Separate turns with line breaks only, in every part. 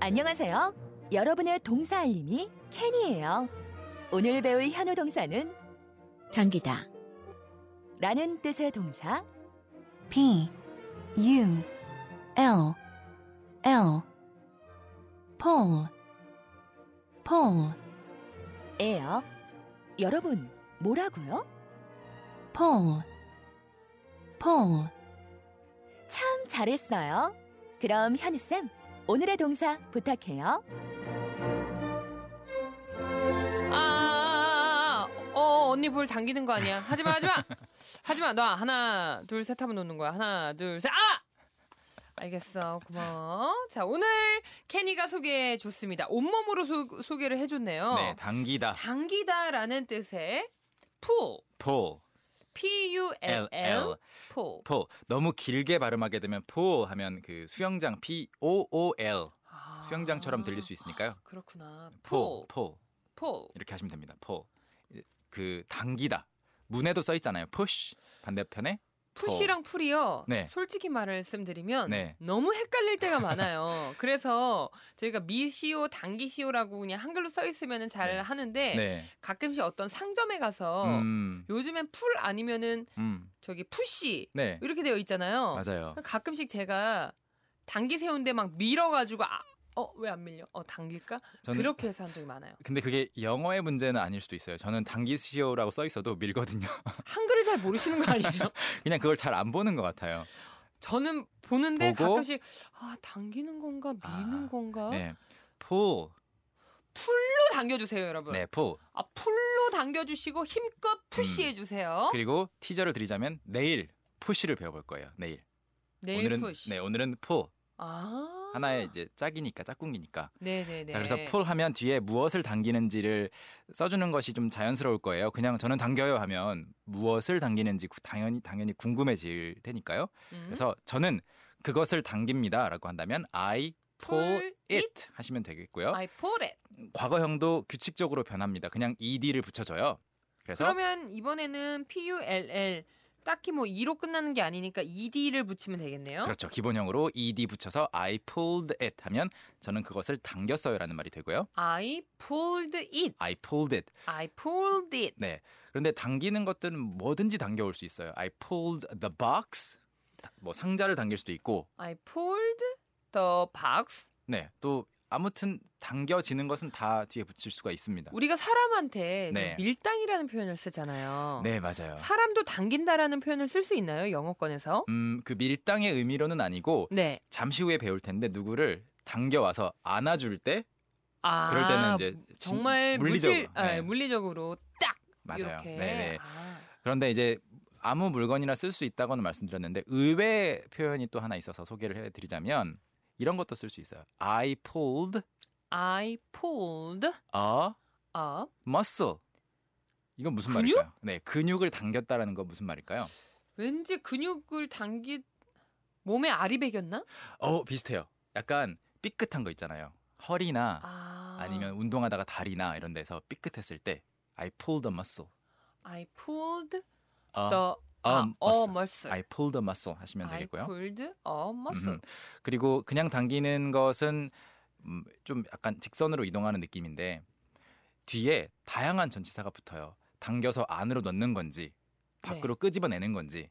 안녕하세요. 여러분의 동사 알림이 캔이에요. 오늘 배울 현우 동사는
당기다.
라는 뜻의 동사
P U L L Paul Paul
예요. 여러분, 뭐라고요?
Paul Paul
참 잘했어요. 그럼 현우쌤, 오늘의 동사 부탁해요.
아, 어, 언니 볼 당기는 거 아니야. 하지마, 하지마! 하지마, 놔. 하나, 둘, 셋 하면 놓는 거야. 하나, 둘, 셋. 아! 알겠어. 고마워. 자, 오늘 케니가 소개해 줬습니다. 온몸으로 소, 소개를 해 줬네요.
네, 당기다.
당기다라는 뜻의 pull.
pull, L
P-U-L-L.
L
pull.
pull. 너무 길게 발음하게 되면 pull 하면 그 수영장 P O O L
아,
수영장처럼 들릴 수 있으니까요.
그렇구나. pull.
pull, pull
pull.
이렇게 하시면 됩니다. pull. 그 당기다. 문에도 써 있잖아요. push 반대편에
푸시랑 풀이요.
네.
솔직히 말씀 드리면
네.
너무 헷갈릴 때가 많아요. 그래서 저희가 미시오, 당기시오라고 그냥 한글로 써 있으면 잘
네.
하는데
네.
가끔씩 어떤 상점에 가서
음,
요즘엔 풀 아니면은
음,
저기 푸시
네,
이렇게 되어 있잖아요.
맞아요.
가끔씩 제가 당기세운데 막 밀어가지고 아, 어왜 안 밀려? 어 당길까?
저는
그렇게 해서 한 적이 많아요.
근데 그게 영어의 문제는 아닐 수도 있어요. 저는 당기시오라고 써 있어도 밀거든요.
한글을 잘 모르시는 거 아니에요?
그냥 그걸 잘 안 보는 것 같아요.
저는 보는데
보고?
가끔씩 아 당기는 건가 미는
아,
건가?
네, pull,
풀로 당겨주세요, 여러분.
네, pull.
아, 풀로 당겨주시고 힘껏 푸시해주세요.
음. 그리고 티저를 드리자면 내일 push를 배워볼 거예요. 내일.
내일
오늘은
푸시.
네 오늘은 pull
아.
하나의 이제 짝이니까 짝꿍이니까
네네네.
자 그래서 pull 하면 뒤에 무엇을 당기는지를 써주는 것이 좀 자연스러울 거예요 그냥 저는 당겨요 하면 무엇을 당기는지 구- 당연히 당연히 궁금해질 테니까요
음.
그래서 저는 그것을 당깁니다라고 한다면 I pull
Pull
it, 하시면 되겠고요
I pull it.
과거형도 규칙적으로 변합니다 그냥 ed를 붙여줘요 그래서
그러면 이번에는 P U L L 딱히 뭐 E로 끝나는 게 아니니까 E D를 붙이면 되겠네요.
그렇죠 기본형으로 ed 붙여서 I pulled it 하면 저는 그것을 당겼어요라는 말이 되고요
I pulled it.
I pulled it
I pulled it.
네. 그런데 당기는 것들은 뭐든지 당겨올 수 있어요. I pulled the box. 뭐 상자를 당길 수도 있고.
I pulled the box.
네. 또 아무튼 당겨지는 것은 다 뒤에 붙일 수가 있습니다.
우리가 사람한테 좀
네.
밀당이라는 표현을 쓰잖아요.
네, 맞아요.
어. 사람도 당긴다라는 표현을 쓸 수 있나요? 영어권에서?
음, 그 밀당의 의미로는 아니고
네.
잠시 후에 배울 텐데 누구를 당겨 와서 안아 줄때
아,
그럴 때는 이제 진-
정말
물리적으로
물질, 아,
네,
물리적으로 딱
맞아요.
이렇게.
네, 네.
아,
그런데 이제 아무 물건이나 쓸 수 있다고는 말씀드렸는데 의외 표현이 또 하나 있어서 소개를 해 드리자면 이런 것도 쓸 수 있어요. I pulled
I pulled
a
up
muscle. 이건 무슨
근육?
말일까요? 네, 근육을 당겼다라는 건 무슨 말일까요?
왠지 근육을 당기 몸에 알이 배겼나?
어, 비슷해요. 약간 삐끗한 거 있잖아요. 허리나
아,
아니면 운동하다가 다리나 이런 데서 삐끗했을 때 I pulled a muscle.
I pulled
어,
the 아,
um,
어,
muscle.
muscle.
I pulled a muscle 하시면
I
되겠고요.
pulled a muscle.
음, 그리고 그냥 당기는 것은 음, 좀 약간 직선으로 이동하는 느낌인데 뒤에 다양한 전치사가 붙어요. 당겨서 안으로 넣는 건지
네.
밖으로 끄집어내는 건지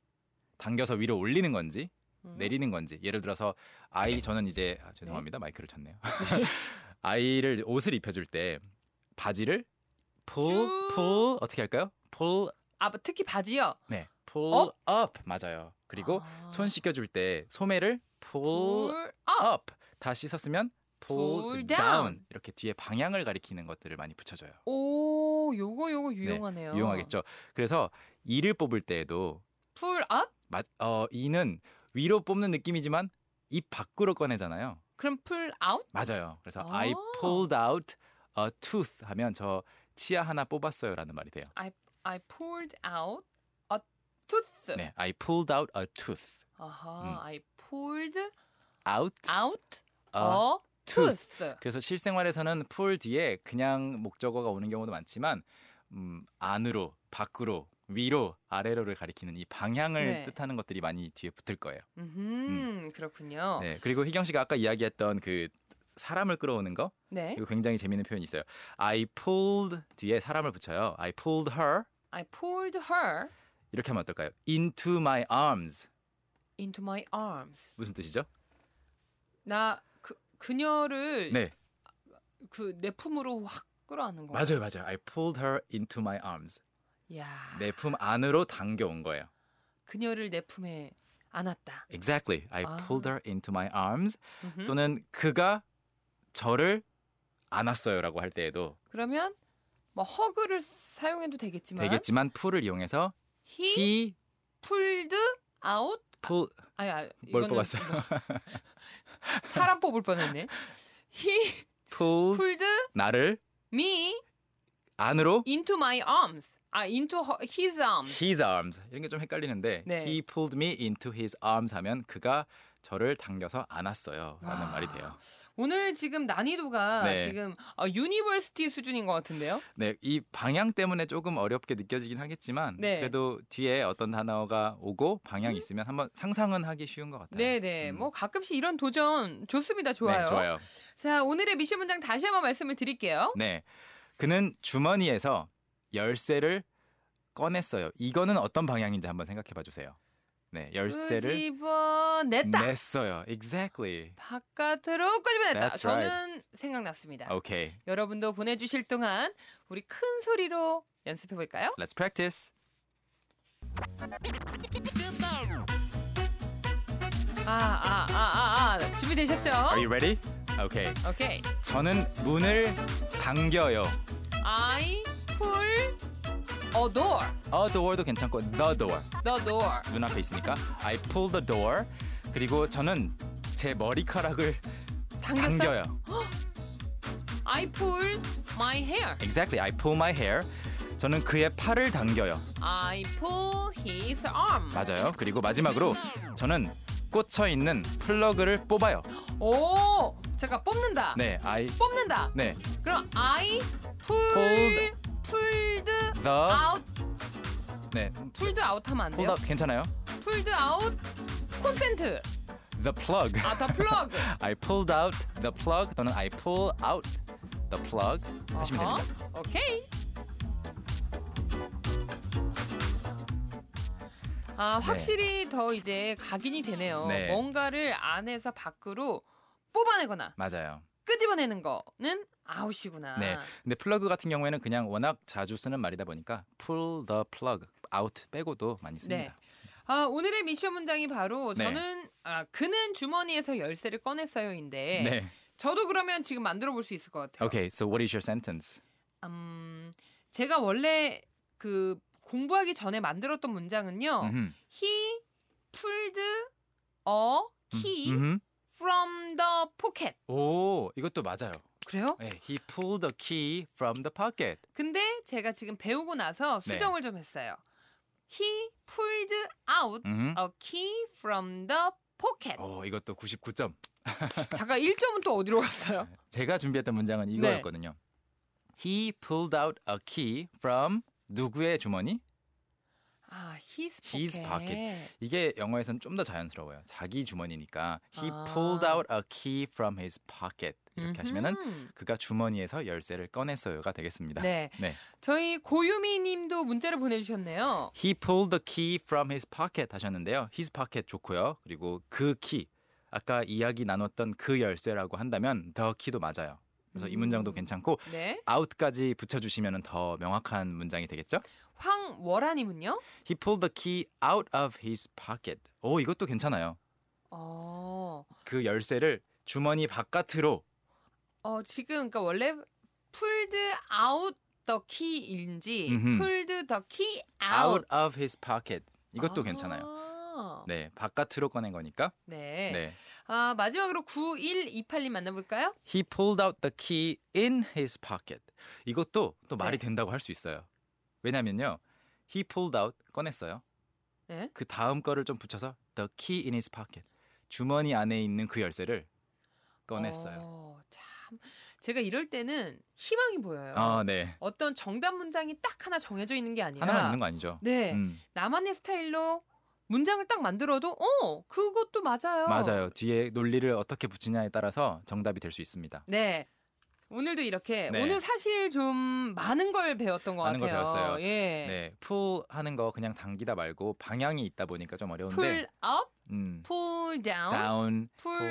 당겨서 위로 올리는 건지
음. 네.
내리는 건지 예를 들어서 아이 저는 이제 아, 죄송합니다 마이크를 쳤네요 아이를 옷을 입혀줄 때 바지를 pull
쭉.
pull 어떻게 할까요 pull
아, 뭐 특히 바지요.
네 pull up 맞아요 그리고
아.
손 씻겨줄 때 소매를 pull
pull up.
up 다 씻었으면 pull
pull
down.
down.
이렇게 뒤에 방향을 가리키는 것들을 많이 붙여줘요
오, 요거 요거 유용하네요.
유용하겠죠 그래서 이를 뽑을 때에도
pull up?
맞, 어, 이는 위로 뽑는 느낌이지만 입 밖으로 꺼내잖아요.
그럼 pull out?
맞아요. 그래서
아.
I pulled out a tooth 하면 저 치아 하나 뽑았어요라는 말이 돼요.
I pulled out a tooth.
네, I pulled out a tooth.
아하,
음.
I pulled
out
out
a
a
tooth.
tooth.
그래서 실생활에서는 pull 뒤에 그냥 목적어가 오는 경우도 많지만 음, 안으로, 밖으로, 위로, 아래로를 가리키는 이 방향을
네.
뜻하는 것들이 많이 뒤에 붙을 거예요.
음, 그렇군요.
네, 그리고 희경 씨가 아까 이야기했던 그 사람을 끌어오는 거
네.
이거 굉장히 재밌는 표현이 있어요. I pulled 뒤에 사람을 붙여요. I pulled her
I pulled her
이렇게 하면 어떨까요? Into my arms
into my arms.
무슨 뜻이죠?
나 그, 그녀를
네
그 내 품으로 확 끌어안는 거.
맞아요 맞아요. I pulled her into my arms
야.
내 품 안으로 당겨온 거예요.
그녀를 내 품에 안았다.
Exactly. I
아.
pulled her into my arms
음흠.
또는 그가 저를 안았어요라고 할 때에도
그러면 뭐 허그를 사용해도 되겠지만
되겠지만 풀을 이용해서
he,
he
pulled out
pull
아니, 아니
뭘
이거는 뭐.
뽑았어요?
사람 뽑을 뻔했네. He
pull
pulled
나를
me
안으로
into my arms. 아, into her- his arms.
his arms 이런 게 좀 헷갈리는데
네.
he pulled me into his arms 하면 그가 저를 당겨서 안았어요라는
와.
말이 돼요.
오늘 지금 난이도가
네.
지금 어, 유니버시티 수준인 것 같은데요.
네, 이 방향 때문에 조금 어렵게 느껴지긴 하겠지만
네. 음?
그래도 뒤에 어떤 단어가 오고 방향이 있으면 한번 상상은 하기 쉬운 것 같아요.
네, 네.
음.
뭐 가끔씩 이런 도전 좋습니다.
네, 좋아요.
자, 오늘의 미션 문장 다시 한번 말씀을 드릴게요.
네. 그는 주머니에서 열쇠를 꺼냈어요. 이거는 어떤 방향인지 한번 생각해 봐 주세요. 네, 열쇠를 네.
끄집어냈다.
냈어요. Exactly.
바깥으로 끄집어냈다.
That's right.
저는 생각났습니다.
Okay.
여러분도 보내주실 동안 우리 큰 소리로 연습해 볼까요?
Let's practice.
아, 아, 아, 아, 아. 준비되셨죠?
Are you ready? Okay.
오케이.
저는 문을 당겨요.
I pull a door.
A door도 괜찮고 the door.
The door.
눈앞에 있으니까 I pull the door. 그리고 저는 제 머리카락을
당겼어?
당겨요.
I pull my hair.
Exactly. I pull my hair. 저는 그의 팔을 당겨요.
I pull his arm.
맞아요. 그리고 마지막으로 저는 꽂혀 있는 플러그를 뽑아요.
오, 잠깐 뽑는다.
네, I
뽑는다.
네
그럼 I pull
Pulled.
pulled
the
out
네
pulled out 하면 안
pull
돼요?
out 괜찮아요?
pulled out 콘센트.
The plug.
아, 더 플러그.
I pulled out the plug 또는 I pull out the plug 하시면
어허.
됩니다.
오케이. 아 확실히 더 이제 각인이 되네요.
네.
뭔가를 안에서 밖으로 뽑아내거나
맞아요.
끄집어내는 거는 아웃이구나.
네. 근데 플러그 같은 경우에는 그냥 워낙 자주 쓰는 말이다 보니까 pull the plug out 빼고도
네.
많이 씁니다.
아 오늘의 미션 문장이 바로
네.
저는 아 그는 주머니에서 열쇠를 꺼냈어요인데
네.
저도 그러면 지금 만들어 볼 수 있을 것 같아요.
Okay, so what is your sentence?
음 제가 원래 그 공부하기 전에 만들었던 문장은요.
음.
He pulled a key
음.
from the pocket.
오, 이것도 맞아요.
그래요?
네, he pulled a key from the pocket.
근데 제가 지금 배우고 나서
네.
수정을 좀 했어요. He pulled out
음.
a key from the pocket.
오, 어, 이것도 99점. 어.
잠깐 1점은 또 어디로 갔어요?
제가 준비했던 문장은
네.
이거였거든요. He pulled out a key from 누구의 주머니?
아, his pocket.
His 이게 영어에서는 좀 더 자연스러워요. 자기 주머니니까 he
아.
pulled out a key from his pocket 이렇게 하시면은
음흠.
그가 주머니에서 열쇠를 꺼냈어요가 되겠습니다.
네.
네.
저희 고유미 님도 문자를 보내 주셨네요.
He pulled the key from his pocket 하셨는데요. His pocket 좋고요. 그리고 그 키. 아까 이야기 나눴던 그 열쇠라고 한다면 the key도 맞아요. 그래서 이
음.
문장도 괜찮고
네.
out까지 붙여주시면 더 명확한 문장이 되겠죠?
황월아 님은요?
He pulled the key out of his pocket. 오, 이것도 괜찮아요.
어.
그 열쇠를 주머니 바깥으로.
어 지금 그러니까 원래 pulled out the key인지
음흠.
pulled the key out,
out of his pocket. 이것도
아.
괜찮아요. 네, 바깥으로 꺼낸 거니까.
네.
네.
아 마지막으로 9128님 만나볼까요?
He pulled out the key in his pocket. 이것도 또 말이
네.
된다고 할 수 있어요. 왜냐면요. He pulled out 꺼냈어요.
네.
그 다음 거를 좀 붙여서 the key in his pocket. 주머니 안에 있는 그 열쇠를 꺼냈어요.
어, 참 제가 이럴 때는 희망이 보여요.
아, 네.
어떤 정답 문장이 딱 하나 정해져 있는 게 아니라
하나만 있는 거 아니죠?
네
음.
나만의 스타일로 문장을 딱 만들어도 어 그것도 맞아요.
맞아요. 뒤에 논리를 어떻게 붙이냐에 따라서 정답이 될 수 있습니다.
네. 오늘도 이렇게
네.
오늘 사실 좀 많은 걸 배웠던 것
많은 걸
같아요.
배웠어요.
예.
네, 푸 하는 거 그냥 당기다 말고 방향이 있다 보니까 좀 어려운데.
pull up,
음,
pull down,
down,
pull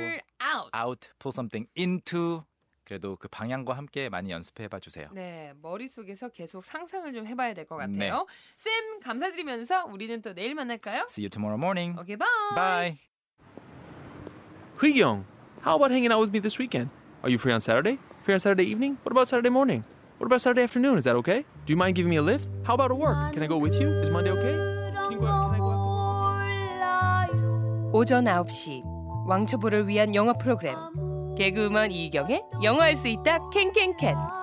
out.
out, pull something into. 그래도 그 방향과 함께 많이 연습해 봐 주세요.
네, 머릿속에서 계속 상상을 좀 해봐야 될 것 같아요.
네.
쌤, 감사드리면서 우리는 또 내일 만날까요?
See you tomorrow morning.
오케이, 바이!
Bye.
Young, how about hanging out with me this weekend? Are you free on Saturday? Free on Saturday evening? What about Saturday morning? What about Saturday afternoon? Is that okay? Do you mind giving me a lift? How about a work? Can I go with you? Is Monday okay? Can you go, can I go after-
오전 9시 왕초보를 위한 영어 프로그램 개그우먼 이경의 영어할 수 있다 캔캔캔